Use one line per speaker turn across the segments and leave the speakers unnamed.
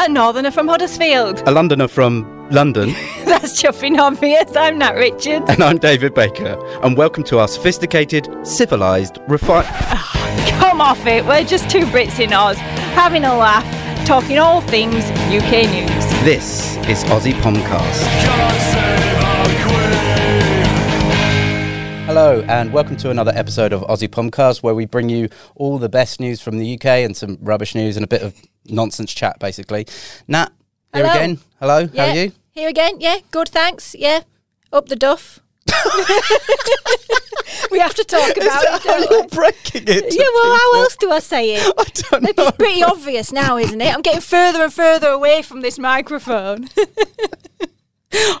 A northerner from Huddersfield.
A Londoner from London,
That's chuffing obvious. I'm Nat Richard.
and I'm David Baker, and welcome to our sophisticated, civilised, refined.
Come off it. We're just two Brits in Oz, having a laugh, talking all things UK news.
This is Aussie Pomcast. Hello, and welcome to another episode of Aussie Pomcast, where we bring you all the best news from the UK and some rubbish news and a bit of nonsense chat, basically. Nat, here
Hello.
again. Hello, how are you?
Here again. Yeah. Good. Thanks. Yeah. Up the duff. we have to talk about it.
I'm
don't we?
not breaking it.
Yeah. Well, how else do I say it?
I don't know.
It's pretty obvious now, isn't it? I'm getting further and further away from this microphone.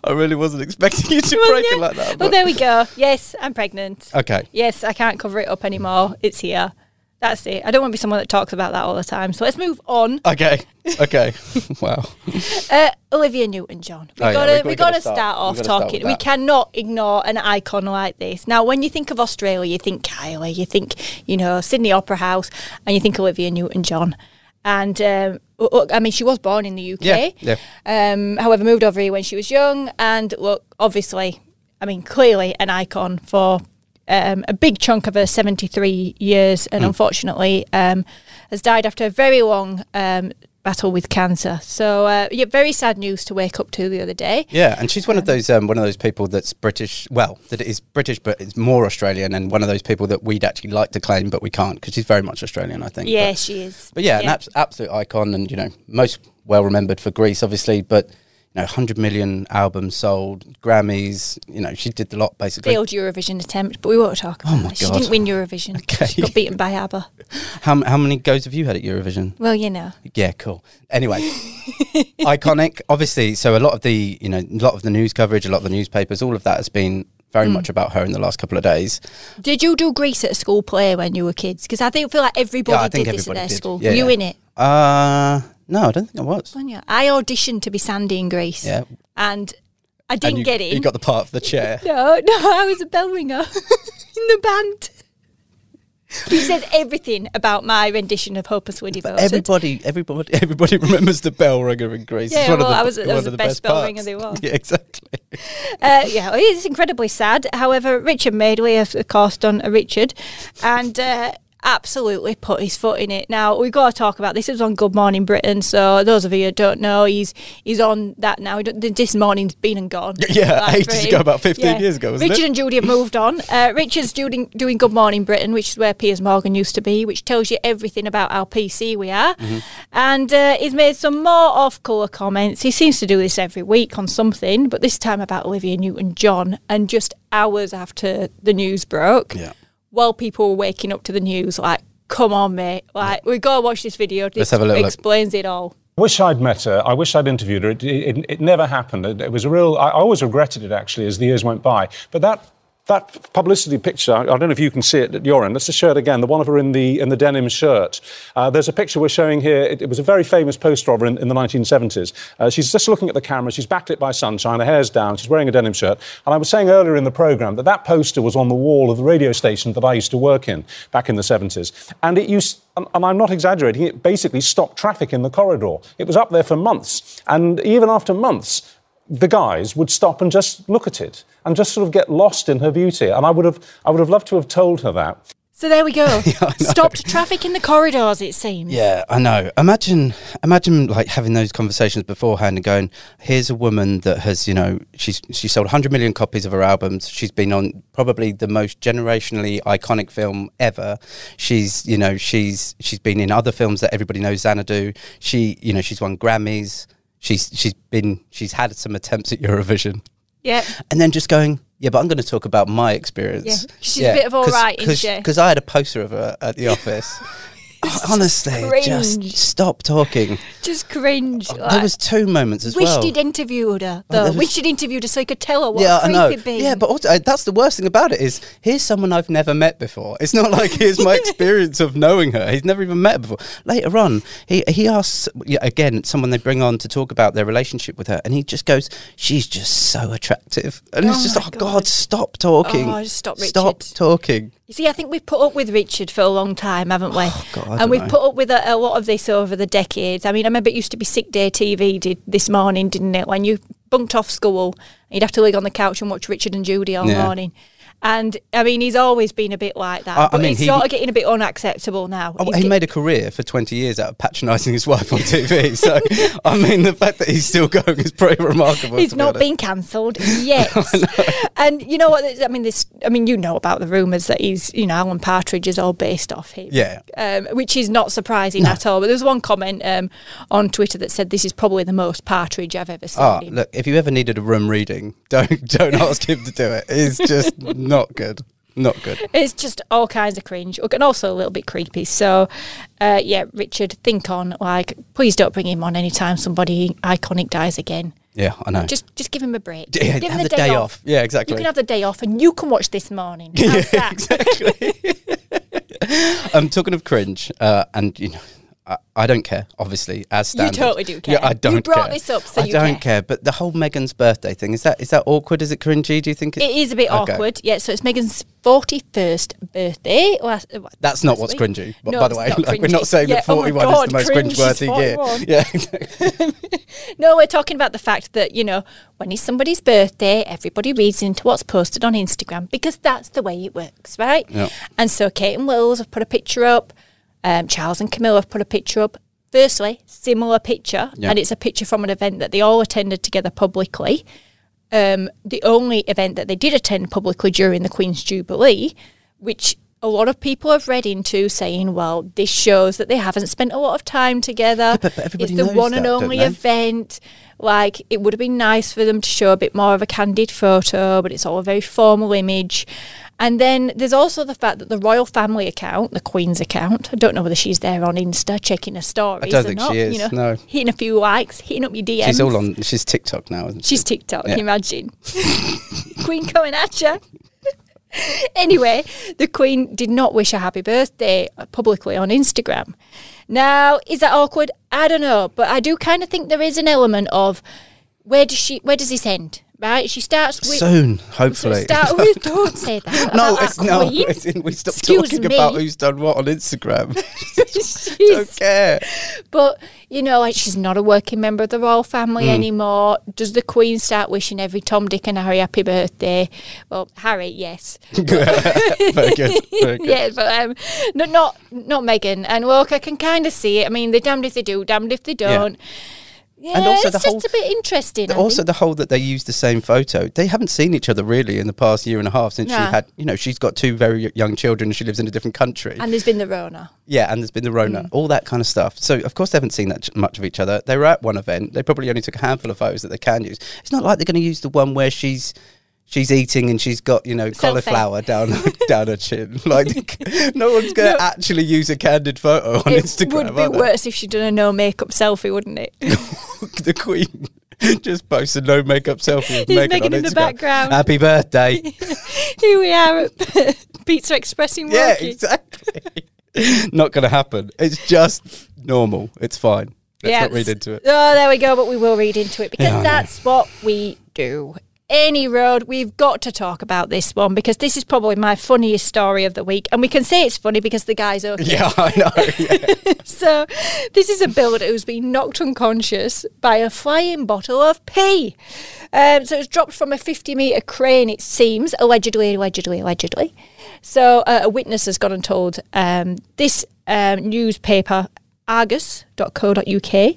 I really wasn't expecting you to break it like that.
well,
but-
there we go. Yes, I'm pregnant.
Okay.
Yes, I can't cover it up anymore. It's here. That's it. I don't want to be someone that talks about that all the time. So let's move on.
Okay. Okay. wow.
Uh, Olivia Newton-John. We
Oh, yeah,
gotta,
we-
we,
we
gotta,
gotta
start,
start-
off
we gotta start
talking.
with
we
that.
cannot ignore an icon like this. Now, when you think of Australia, you think Kylie, you think you know Sydney Opera House, and you think Olivia Newton-John. And um, o- o- I mean, she was born in the UK.
Yeah,
Um, however, moved over here when she was young, and look, obviously, I mean, clearly an icon for um, a big chunk of her 73 years, and
Hmm.
unfortunately, um, has died after a very long um, battle with cancer. So, uh, yeah, very sad news to wake up to the other day.
Yeah, and she's one of those um, one of those people that's British. Well, that is British, but it's more Australian, and one of those people that we'd actually like to claim, but we can't because she's very much Australian, I think. But-
Yeah, she is.
But, yeah, an
Yeah.
abs- absolute icon, and you know, most well remembered for Greece, obviously, but. You know, 100 million albums sold, Grammys, you know, she did the lot basically.
Failed Eurovision attempt, but we won't talk about
Oh my
that. She
God.
didn't win Eurovision. She got beaten by ABBA.
How, how many goes have you had at Eurovision?
Well, you know.
Yeah, cool. Anyway, iconic, obviously. So a lot of the, you know, a lot of the news coverage, a lot of the newspapers, all of that has been very
Hmm.
much about her in the last couple of days.
Did you do Greece at a school play when you were kids? Because I think feel like everybody
I
did
think
this at
everybody
their
did.
school.
Yeah,
were you
yeah.
in it?
Uh no, I don't think I was.
Wasn't you? I auditioned to be Sandy in Greece.
Yeah.
And I didn't
you,
get in.
You got the part of the chair.
no, no, I was a bell ringer in the band. Which says everything about my rendition of Hopeless Woody Devoted.
Everybody, everybody, everybody remembers the bell ringer in Greece.
Yeah,
it's one
well,
of the,
I was- that
one
was
of
the best bell
parts.
ringer there was.
Yeah, exactly.
Uh, yeah, it is incredibly sad. However, Richard Madeley has, of course, done a Richard and uh, absolutely put his foot in it. Now, we've got to talk about this. It was on Good Morning Britain. So, those of you who don't know, he's he's on that now. He don't- This morning's been and gone.
Yeah,
Like,
ages
for
ago,
him.
about 15 years ago, wasn't
Richard
it?
and Judy have moved on. Uh, Richard's doing, doing Good Morning Britain, which is where Piers Morgan used to be, which tells you everything about how PC we are.
Mm-hmm.
And uh, he's made some more off colour comments. He seems to do this every week on something, but this time about Olivia Newton John. And just hours after the news broke,
Yeah.
while people were waking up to the news, like, come on, mate, like, we go watch this video. This
have a little look.
explains it all.
I wish I'd met her. I wish I'd interviewed her. It, it, it never happened. It, it was a real. I always regretted it actually as the years went by. But that that publicity picture. I, I don't know if you can see it at your end. That's the shirt again. The one of her in the in the denim shirt. Uh, there's a picture we're showing here. It, it was a very famous poster of her in, in the 1970s. Uh, she's just looking at the camera. She's backlit by sunshine. Her hair's down. She's wearing a denim shirt. And I was saying earlier in the programme that that poster was on the wall of the radio station that I used to work in back in the 70s. And it used and, and I'm not exaggerating, it basically stopped traffic in the corridor. It was up there for months. And even after months, the guys would stop and just look at it and just sort of get lost in her beauty. And I would have, I would have loved to have told her that.
So there we go. Stopped traffic in the corridors, it seems.
Yeah, I know. Imagine, imagine like having those conversations beforehand and going, "Here's a woman that has, you know, she's she sold 100 million copies of her albums. She's been on probably the most generationally iconic film ever. She's, you know, she's she's been in other films that everybody knows, Xanadu. She, you know, she's won Grammys. She's she's been she's had some attempts at Eurovision,
Yeah.
and then just going." Yeah, but I'm going to talk about my experience.
Yeah, she's a bit of all right, isn't she?
Because I had a poster of her at the office. Honestly, just,
cringe.
stop talking.
Just cringe.
There
like-
was two moments as
Wish
well.
he'd interviewed her, though.
there was-
Wish he'd interviewed her so he could tell her what
yeah,
a
I
creep
know.
he'd been.
Yeah, but also, uh, that's the worst thing about it is here's someone I've never met before. It's not like here's my experience of knowing her. He's never even met her before. Later on, he he asks yeah, again someone they bring on to talk about their relationship with her, and he just goes, "She's just so attractive," and
Oh
it's just
my
like, oh,
God.
God, stop talking.
Oh, just stop,
Stop
Richard."
talking.
You see, I think we've put up with Richard for a long time, haven't we?
Oh, God, I don't
and we've
know.
put up with a, a lot of this over the decades. I mean, I remember it used to be sick day TV did this morning, didn't it? When you bunked off school, you'd have to lig on the couch and watch Richard and Judy all
Yeah.
morning. And I mean, he's always been a bit like that,
I- I
but
mean,
it's
he-
sort of getting a bit unacceptable now.
Oh,
He's
he
get-
made a career for 20 years out of patronising his wife on TV. So, I mean, the fact that he's still going is pretty remarkable.
He's
to be
not
honest.
been cancelled yet. and you know what? I mean, this. I mean, you know about the rumours that he's, you know, Alan Partridge is all based off him.
Yeah.
Um, which is not surprising at all. But there was one comment um, on Twitter that said, "This is probably the most Partridge I've ever seen."
Ah,
him."
look, if you ever needed a room reading, don't don't ask him to do it. It's just not good. Not good.
It's just all kinds of cringe, and also a little bit creepy. So, uh, yeah, Richard, think on. Like, please don't bring him on anytime somebody iconic dies again.
Yeah, I know.
Just, just give him a break.
D- yeah,
give him
have the day off. Yeah, exactly.
You can have the day off, and you can watch this morning. How's that?
I'm Um, talking of cringe, uh, and you know, I, I don't care. Obviously, as
You
standard.
totally do care.
Yeah, I
You
don't.
brought
care.
this up, so
I
you
don't care. But the whole Megan's birthday thing is that is that awkward? Is it cringy? Do you think
It is a bit
Okay.
awkward. Yeah, so it's Megan's 41st birthday. Last, uh, what-
That's not
last
what's
week.
cringy. But
No,
by the
it's
way,
not
like, we're
cringy.
not saying that
Yeah, oh my
41
God,
is the most
cringe is
cringeworthy year.
41.
Yeah, exactly.
No, we're talking about the fact that, you know, when it's somebody's birthday, everybody reads into what's posted on Instagram because that's the way it works, right?
Yeah.
And so Kate and Wills have put a picture up, um, Charles and Camilla have put a picture up. Firstly, similar picture,
Yeah.
and it's a picture from an event that they all attended together publicly. um, the only event that they did attend publicly during the Queen's Jubilee, which a lot of people have read into saying, well, this shows that they haven't spent a lot of time together.
but- but everybody
it's the
knows
one and
that, don't
only
they?
event. Like, it would have been nice for them to show a bit more of a candid photo, but it's all a very formal image. And then there's also the fact that the royal family account, the Queen's account, I don't know whether she's there on Insta checking her stories.
don't
or
think she
not,
is,
You know,
no.
Hitting a few likes, hitting up your DMs.
She's all on. She's TikTok now, isn't she?
She's TikTok,
Yeah.
imagine. Queen coming at you. anyway, the Queen did not wish her happy birthday publicly on Instagram. Now, is that awkward? I don't know, but I do kind of think there is an element of where does she where does this end? Right? She starts with
Soon, hopefully.
start with don't say that.
No,
about
it's
our
no.
queen.
It's in, we stop
Excuse
talking
me.
about who's done what on Instagram.
She's-
don't care.
But you know, like she's not a working member of the royal family
Hmm.
anymore. Does the Queen start wishing every Tom, Dick, and Harry happy birthday? Well, Harry, yes,
Very good. Very good.
yeah, but um, no, not not Meghan. And look, I can kind of see it. I mean, they're damned if they do, damned if they don't. Yeah,
And also
it's
the
just
whole-
a bit interesting. I
Also,
think.
the whole that they use the same photo. They haven't seen each other really in the past year and a half since
Nah.
she had, you know, she's got two very young children and she lives in a different country.
and there's been the Rona.
yeah, and there's been the Rona,
Mm.
all that kind of stuff. So, of course, they haven't seen that ch- much of each other. They were at one event. They probably only took a handful of photos that they can use. It's not like they're going to use the one where she's. She's eating and she's got you know cauliflower down down her chin. Like no one's gonna actually use a candid photo on
it
Instagram.
would be
are they?
worse if she'd done a no makeup selfie, wouldn't it?
the Queen just posts a no makeup selfie of
He's
Meghan
Meghan
on
in the
Instagram.
background.
Happy birthday!
Here we are at Pizza Express in
yeah,
Woking.
exactly. not going to happen. It's just normal. It's fine. Let's not read
s-
into it.
Oh, there we go. But we will read into it because
Yeah, I know.
that's what we do. Any road, we've got to talk about this one because this is probably my funniest story of the week. And we can say it's funny because the guy's okay.
Yeah, I know. Yeah.
So, this is a builder who's been knocked unconscious by a flying bottle of pee. Um, so, it was dropped from a 50 metre crane, it seems, allegedly, allegedly, allegedly. So, uh, a witness has gone and told um, this um, newspaper, argus.co.uk.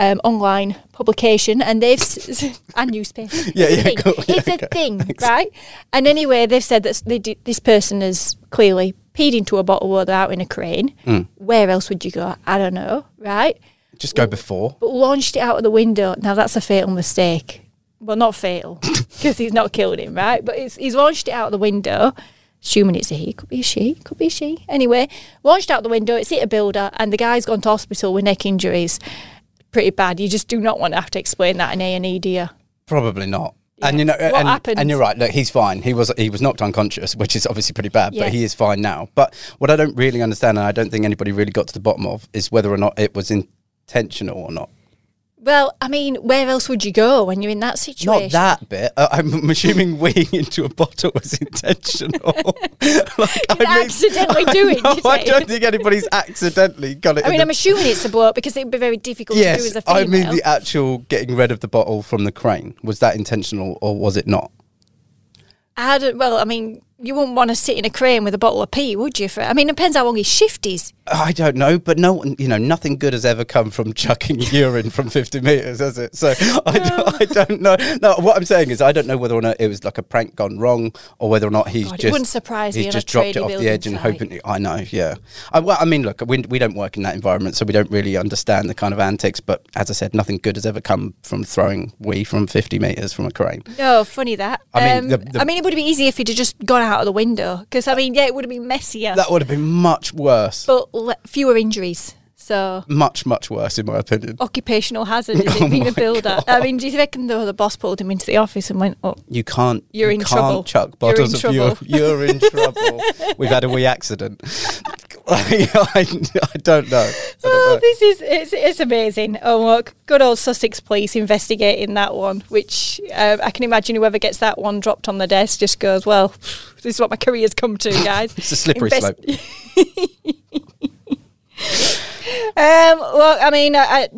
Um, online publication, and they've s- and newspaper.
Yeah,
it's
yeah,
a thing.
cool. Yeah,
it's a
okay.
thing, right? And anyway, they've said that s- they did, this person has clearly peed into a bottle or they're out in a crane. Where else would you go? I don't know, right?
Just go before.
But launched it out of the window. Now that's a fatal mistake. Well, not fatal because he's not killed him, right? But it's, he's launched it out of the window. Assuming it's a he, could be a she, could be a she. Anyway, launched out the window. It's hit a builder, and the guy's gone to hospital with neck injuries. Pretty bad. You just do not want to have to explain that in A and E, do you?
Probably not. And you know,
What
and,
happened?
and you're right. Look, he's fine. He was he was knocked unconscious, which is obviously pretty bad,
Yeah.
but he is fine now. But what I don't really understand, and I don't think anybody really got to the bottom of, is whether or not it was intentional or not.
Well, I mean, where else would you go when you're in that situation?
Not that bit. Uh, I'm assuming weighing into a bottle was intentional. like,
You're accidentally doing
No,
it,
I
Dave.
don't think anybody's accidentally got it.
I
in
mean,
the-
I'm assuming it's a blow because it would be very difficult
yes,
to do as a female.
I mean the actual getting rid of the bottle from the crane. Was that intentional or was it not?
I don't, well, I mean, you wouldn't want to sit in a crane with a bottle of pee, would you? For I mean, it depends how long his shift is.
I don't know, but no, one- you know, nothing good has ever come from chucking urine from 50 meters, has it? So I, don't, I don't know. No, what I'm saying is I don't know whether or not it was like a prank gone wrong or whether or not he's
God, it
just
wouldn't surprise me
he's
on a
just dropped it
tradie
off the
building
edge and
site.
hoping. I know, yeah. I, well, I mean, look, we, we don't work in that environment, so we don't really understand the kind of antics. But as I said, nothing good has ever come from throwing wee from 50 meters from a crane.
No, funny that.
I mean,
um,
the- the-
I mean, it would have been easier if he'd have just gone out of the window because I mean, yeah, it would have been messier,
That would have been much worse,
but le- fewer injuries. So
much much worse, in my opinion.
occupational hazard is
Oh
it being a builder? I mean, do you reckon though the boss pulled him into the office and went, "Oh,
You can't.
You're
you
in
can't
trouble.
Chuck
You're in
bottles of urine.
trouble.
You're in trouble. We've had a wee accident. I, I don't know. I
Oh,
don't know.
this is it's, it's amazing. Oh look, good old Sussex police investigating that one, which uh, I can imagine whoever gets that one dropped on the desk just goes, "Well, this is what my career's come to, guys."
It's a slippery
Invest-
slope.
Um, well, I mean, I, I,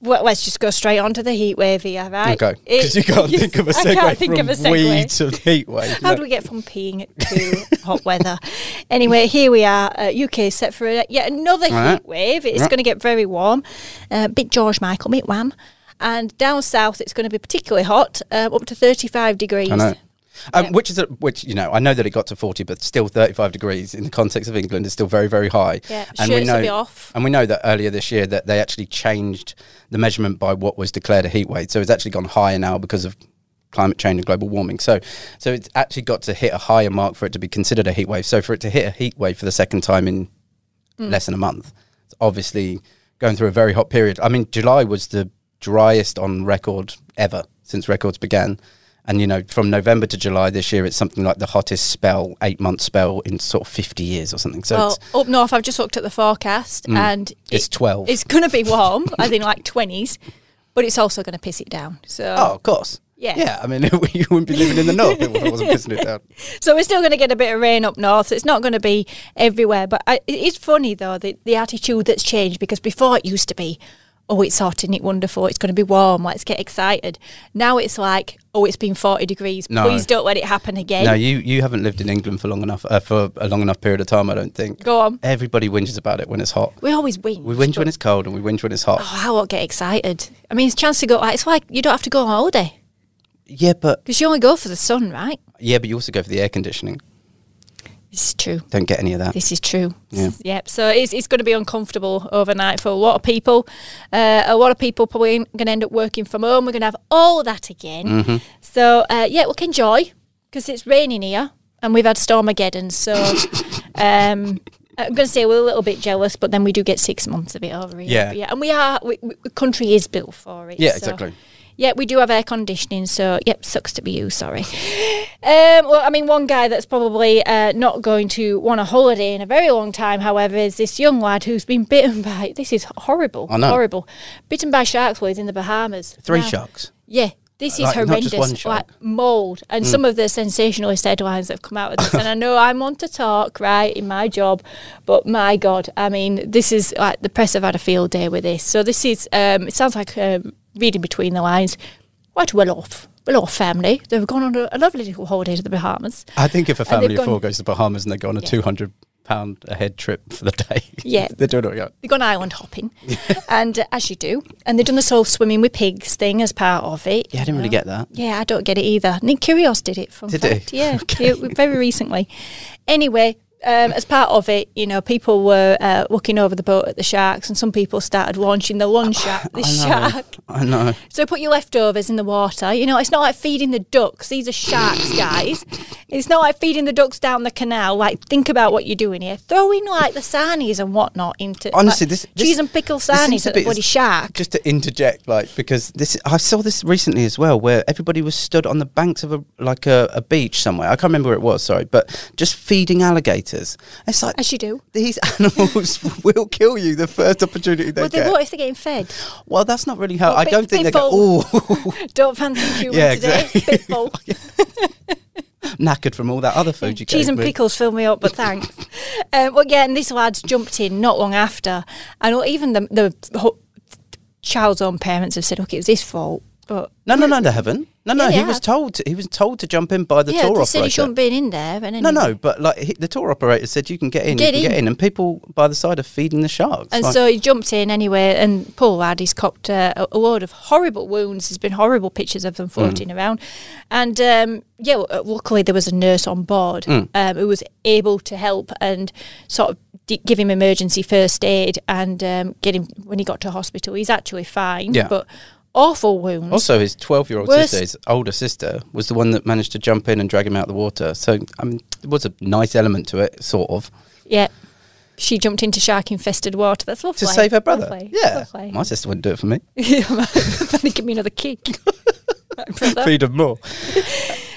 well, let's just go straight on to the heat wave here, right?
Okay,
It-
because you can't
yes,
think of a
I
segue
can't think
from
of a segue.
weed to heat wave.
How
No.
do we get from peeing to hot weather? Anyway, here we are. Uh, UK set for a, yet another heat
Right.
wave. It's
Right.
going to get very warm. Uh, bit George Michael, bit wham. And down south, it's going to be particularly hot, uh, up to 35 degrees.
I know. Um, Which is a, which you know I know that it got to forty, but still thirty-five degrees in the context of England is still very very high.
Yeah,
we
shirts will
know
be off.
and we know that earlier this year that they actually changed the measurement by what was declared a heat wave, so it's actually gone higher now because of climate change and global warming. So so it's actually got to hit a higher mark for it to be considered a heat wave. So for it to hit a heat wave for the second time in
Mm.
less than a month, it's obviously going through a very hot period. I mean, July was the driest on record ever since records began. And you know, from November to July this year, it's something like the hottest spell, eight month spell in sort of fifty years or something. So
Well,
it's, Mm.
up north, I've just looked at the forecast and
it's twelve.
it's going to be warm, as in like 20s, but it's also going to piss it down. So,
oh, of course.
Yeah.
Yeah. I mean, you wouldn't be living in the north if I wasn't pissing it down.
so we're still going to get a bit of rain up north. So it's not going to be everywhere. But I, it is funny, though, the, the attitude that's changed because before it used to be, oh, it's hot, isn't it wonderful? It's going to be warm. Let's get excited. Now it's like, oh, it's been 40 degrees.
No.
Please don't let it happen again.
No, you, you haven't lived in England for long enough uh, for a long enough period of time. I don't think.
Go on.
Everybody whinges about it when it's hot.
we always win.
We whinge when it's cold, and we whinge when it's hot.
Oh, I won't get excited. I mean, it's a chance to go. Like, it's like you don't have to go on holiday
Yeah, but
because you only go for the sun, right?
Yeah, but you also go for the air conditioning.
This is true.
Don't get any of that.
This is true.
Yeah.
Yep. So it's, it's going to be uncomfortable overnight for a lot of people. Uh, a lot of people probably going to end up working from home. We're going to have all that again.
Mm-hmm.
So uh, yeah, we can enjoy because it's raining here and we've had Stormageddon. So um, I'm going to say we're a little bit jealous, but then we do get six months of it over here.
Yeah.
But yeah. And we are. We, we, the country is built for it.
Yeah,
so-
exactly.
Yeah, we do have air conditioning, so yep, sucks to be you. Sorry. Um, well, I mean, one guy that's probably uh, not going to want a holiday in a very long time, however, is this young lad who's been bitten by. This is horrible.
I know.
Horrible. Bitten by sharks while he's in the Bahamas.
Three
Now-
sharks.
Yeah. This is
Like, not
horrendous.
just one shark. Mm.
Like mold, and some of the sensationalist headlines that have come out of this. and I know I'm on to talk, right, in my job, but my God, I mean, this is like the press have had a field day with this. So this is. Um, it sounds like um, reading between the lines. Quite well off, well off family. They've gone on a, a lovely little holiday to the Bahamas.
I think if a
they've
family of
gone-
four goes to Bahamas and they go on a two hundred pound a head trip for the day,
Yeah.
they're doing it.
they've gone island hopping, and uh, as you do, and they've done this whole swimming with pigs thing as part of it.
Yeah, I didn't really get that.
Yeah, I don't get it either. Nick Curios did it from
Did
fact.
he?
Yeah, yeah, very recently. Anyway, um, as part of it, you know, people were uh, looking over the boat at the sharks, and some people started launching the lunch shark. The
I know.
shark.
I know.
So put your leftovers in the water. You know, it's not like feeding the ducks. These are sharks, guys. It's not like feeding the ducks down the canal. Like, think about what you're doing here. Throwing like the sarnies and whatnot into
Honestly,
like,
this, this-
cheese and pickle
this seems
sarnies
a
at the
bit-
bloody shark.
Just to interject, like because this, I saw this recently as well, where everybody was stood on the banks of a like a, a beach somewhere. I can't remember where it was. Sorry, but just feeding alligators meters. It's like
As you do.
These animals will kill you the first opportunity they
Well,
get.
they, what if they're getting fed?
Well, that's not really how.
Well,
I
big-
don't think they
big
go. Oh,
Don't fancy human
Yeah,
today.
exactly.
Pitbull.
knackered from all that other food you
Cheese
gave
and
me.
pickles fill me up, but thanks. um, well, yeah, and this lad's jumped in not long after, and even the the ho- child's own parents have said, "Okay, it was his fault." But
No, no, no, they haven't. No, no,
Yeah, they
he was
have.
told. To, he was told to jump in by the
yeah,
tour
they
operator.
said he shouldn't be in there. But anyway.
no, no, but like he, the tour operator said, you can get in,
Get
you can get
in.
in, and people by the side are feeding the sharks.
And
Like,
so he jumped in anyway, and poor lad, he's copped uh, a, a load of horrible wounds. There's been horrible pictures
Mm.
of them floating around. And um, yeah, w- uh, luckily there was a nurse on board
Mm.
um, who was able to help and sort of di- give him emergency first aid and um, get him when he got to hospital. He's actually fine,
Yeah.
but awful wounds.
also, his twelve-year-old
Worst-
sister, his older sister, was the one that managed to jump in and drag him out of the water. So, I mean, there was a nice element to it, sort of,
Yeah. She jumped into shark infested water. That's lovely.
to save her brother.
Lovely.
Yeah,
Lovely.
my sister wouldn't do it for me.
give me another kick. My brother.
Feed him more.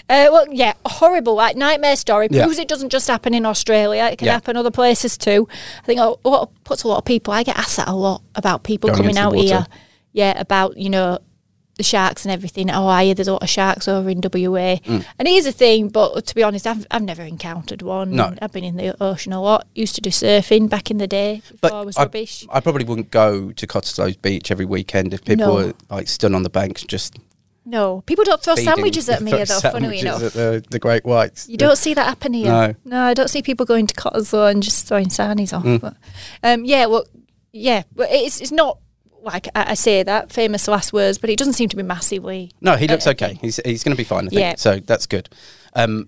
Uh, well, yeah, a horrible like, nightmare story.
Yeah.
Proves it doesn't just happen in Australia; it can
Yeah.
happen other places too. I think oh, what puts a lot of people. I get asked that a lot about people
Going
coming
into the
out
water.
here. Yeah, about you know the sharks and everything. Oh, I hear there's a lot of sharks over in WA,
Mm.
and it is a thing. But to be honest, I've I've never encountered one.
No.
I've been in the ocean a lot. Used to do surfing back in the day before Oh, I was
I,
rubbish.
I probably wouldn't go to Cottesloe's beach every weekend if people
No.
were like stood on the banks just
No, people don't throw
feeding-
sandwiches at me though. Funnily
sandwiches
enough,
at the, the Great Whites.
You don't see that happen here.
No.
I don't see people going to Cottesloe and just throwing sarnies off.
Mm.
But, um, yeah, well, yeah, but it's it's not like I, I say that famous last words, but it doesn't seem to be massively.
No, he looks okay. He's he's going to be fine. I think.
Yeah.
So that's good. Um,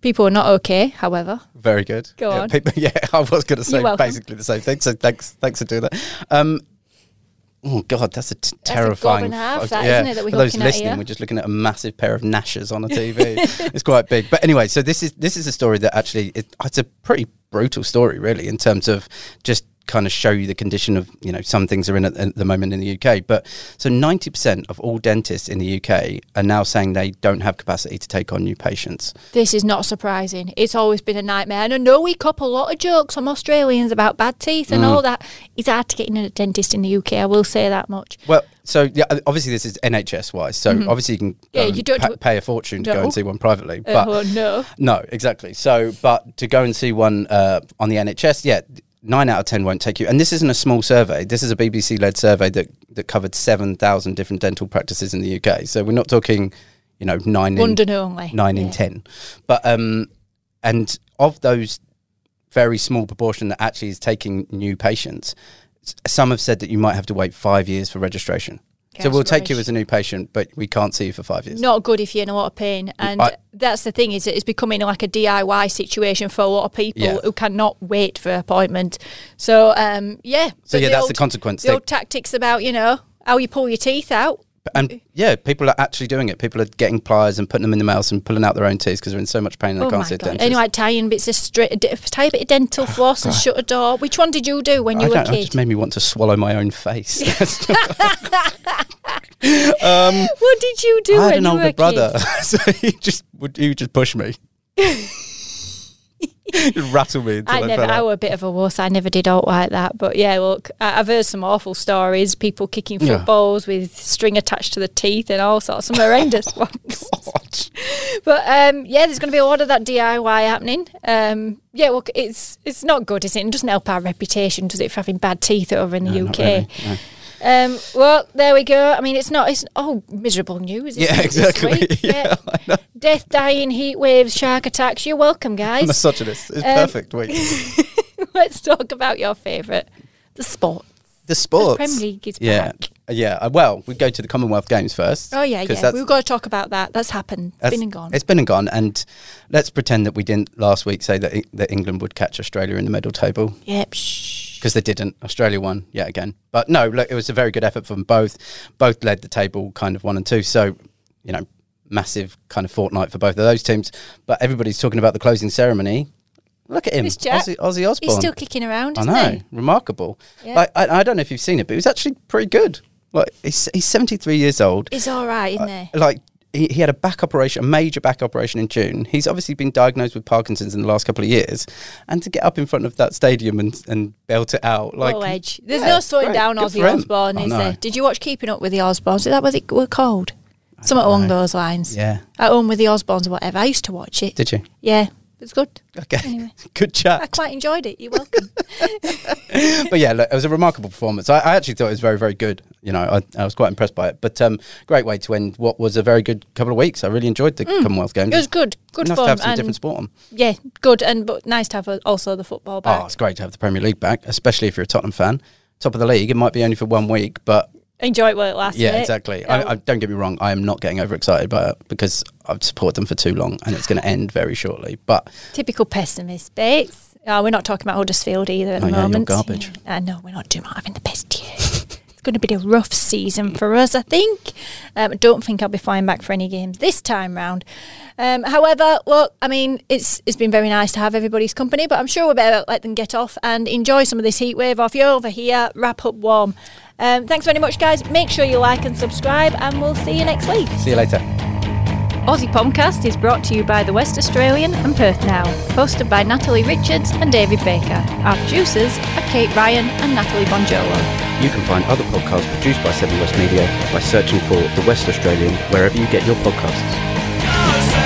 People are not okay. However,
very good.
Go
yeah,
on.
People, yeah, I was going to say
You're welcome.
basically the same thing. So thanks, thanks for doing that. Um, oh God, that's a t-
a
terrifying.
gob and a half,
fuck-
that, isn't it, that we're
for those
looking at
listening,
here?
we're just looking at a massive pair of gnashes on a TV. it's quite big. But anyway, so this is this is a story that actually it, it's a pretty brutal story, really, in terms of just kind of show you the condition of you know some things are in at, at the moment in the UK. But so ninety percent of all dentists in the UK are now saying they don't have capacity to take on new patients.
this is not surprising. It's always been a nightmare. And I know we cop a lot of jokes on Australians about bad teeth
Mm.
and all that. It's hard to get in a dentist in the UK. I will say that much.
Well, so yeah, obviously this is NHS wise. So obviously you can go
Mm-hmm. Yeah,
and
you don't
pa-
do-
pay a fortune to go
No.
and see one privately,
Uh,
but
oh no.
no, exactly. So, but to go and see one uh, on the NHS, yeah, nine out of ten won't take you. And this isn't a small survey. This is a BBC-led survey that that covered seven thousand different dental practices in the UK. So we're not talking, you know, nine in,
London only.
nine in
Eh, Yeah.
ten. But um, and of those very small proportion that actually is taking new patients, s- some have said that you might have to wait five years for registration. so
That's
we'll take you
rubbish.
as a new patient, but we can't see you for five years.
not good if you're in a lot of pain. And
I-
that's the thing is it's becoming like a DIY situation for a lot of people
Yeah.
who cannot wait for an appointment. So um, yeah.
So
But
yeah, that's the consequence.
The
They-
old tactics about you know how you pull your teeth out. eh.
And yeah, people are actually doing it. People are getting pliers and putting them in the mouth and pulling out their own teeth because they're in so much pain and
Oh
they can't
my
see a
god!
dentist.
Anyway, tying bits of straight, tie a bit of dental floss and shut a door. Which one did you do when you
Oh, I
were a
don't know, it
kid?
just made me want to swallow my own face.
What did you do?
I
when
had an
you were a
older
kid?
brother, so he just would he would just push me. He'd rattle me until I,
I never.
fell out.
I were a bit of a wuss. I never did out like that. But yeah, look, I, I've heard some awful stories. People kicking
Yeah.
footballs with string attached to the teeth and all sorts. Some horrendous ones.
God.
But um, yeah, there's going to be a lot of that DIY happening. Um, yeah, well, it's it's not good, is it? And doesn't help our reputation, does it, for having bad teeth over in the
No,
UK?
not really, no.
Um, well, there we go. I mean, it's not. It's oh, miserable news. isn't
Yeah,
it, this
exactly.
week?
Yeah, I know.
Death, dying, heat waves, shark attacks. You're welcome, guys.
Misogynist. It's
Um,
perfect. Wait,
Let's talk about your favourite, the sport.
the sports.
Premier League is
yeah,
back.
yeah. uh, Well, we go to the Commonwealth Games first.
Oh yeah,
'cause
yeah.
that's-
We've got to talk about that. That's happened. It's
that's-
been and gone.
It's been and gone. And let's pretend that we didn't last week say that E, that England would catch Australia in the medal table.
Yep. Shh.
because they didn't. Australia won yet again. But no, look, it was a very good effort from both. Both led the table, kind of one and two. So, you know, massive kind of fortnight for both of those teams. But everybody's talking about the closing ceremony. Look at him,
Miss Jack.
Ozzy, Ozzy Osbourne.
He's still kicking around,
I
isn't
know,
he?
remarkable.
Yeah.
Like, I, I don't know if you've seen it, but it was actually pretty good. Like he's, he's seventy three years old.
He's all right, isn't he?
Like he, he had a back operation, a major back operation in June. He's obviously been diagnosed with Parkinson's in the last couple of years, and to get up in front of that stadium and, and belt it out like
Full edge. There's
yeah,
no slowing
great,
down
good
Ozzy
for him. Oh,
Osbourne,
I
is
know.
there? Did you watch Keeping Up with the Osbournes? Is that what it were called? Something along
know.
those lines.
Yeah.
At home with the Osbournes or whatever. I used to watch it.
Did you?
Yeah, it was good.
Okay,
Anyway.
good
I
chat.
quite enjoyed it. You're welcome.
but yeah, look, it was a remarkable performance. I, I actually thought it was very, very good. You know, I, I was quite impressed by it. But um, great way to end what was a very good couple of weeks. I really enjoyed the Commonwealth Games.
Mm. it was good. Good
nice
fun.
to have some
and
different sport on.
Yeah, good and but nice to have uh, also the football back.
Oh, it's great to have the Premier League back, especially if you're a Tottenham fan. Top of the league, it might be only for one week, but
Enjoy it while it lasts.
yeah,
innit?
exactly.
Um,
I, I, don't get me wrong, I am not getting overexcited by it because I've supported them for too long and it's going to end very shortly. But
Typical pessimist, Bates. Oh, we're not talking about Huddersfield either at
Oh,
the
yeah, you're
moment.
garbage.
I know we're not doing not having the best year. it's going to be a rough season for us, I think. Um, I don't think I'll be flying back for any games this time round. Um, however, look, I mean, it's it's been very nice to have everybody's company, but I'm sure we better let them get off and enjoy some of this heat wave. Off you're over here, wrap up warm. Um, thanks very much, guys. Make sure you like and subscribe, and we'll see you next week.
see you later.
Aussie Pomcast is brought to you by The West Australian and Perth Now, hosted by Natalie Richards and David Baker. Our producers are Kate Ryan and Natalie Bonjolo.
You can find other podcasts produced by Seven West Media by searching for The West Australian wherever you get your podcasts.
Cause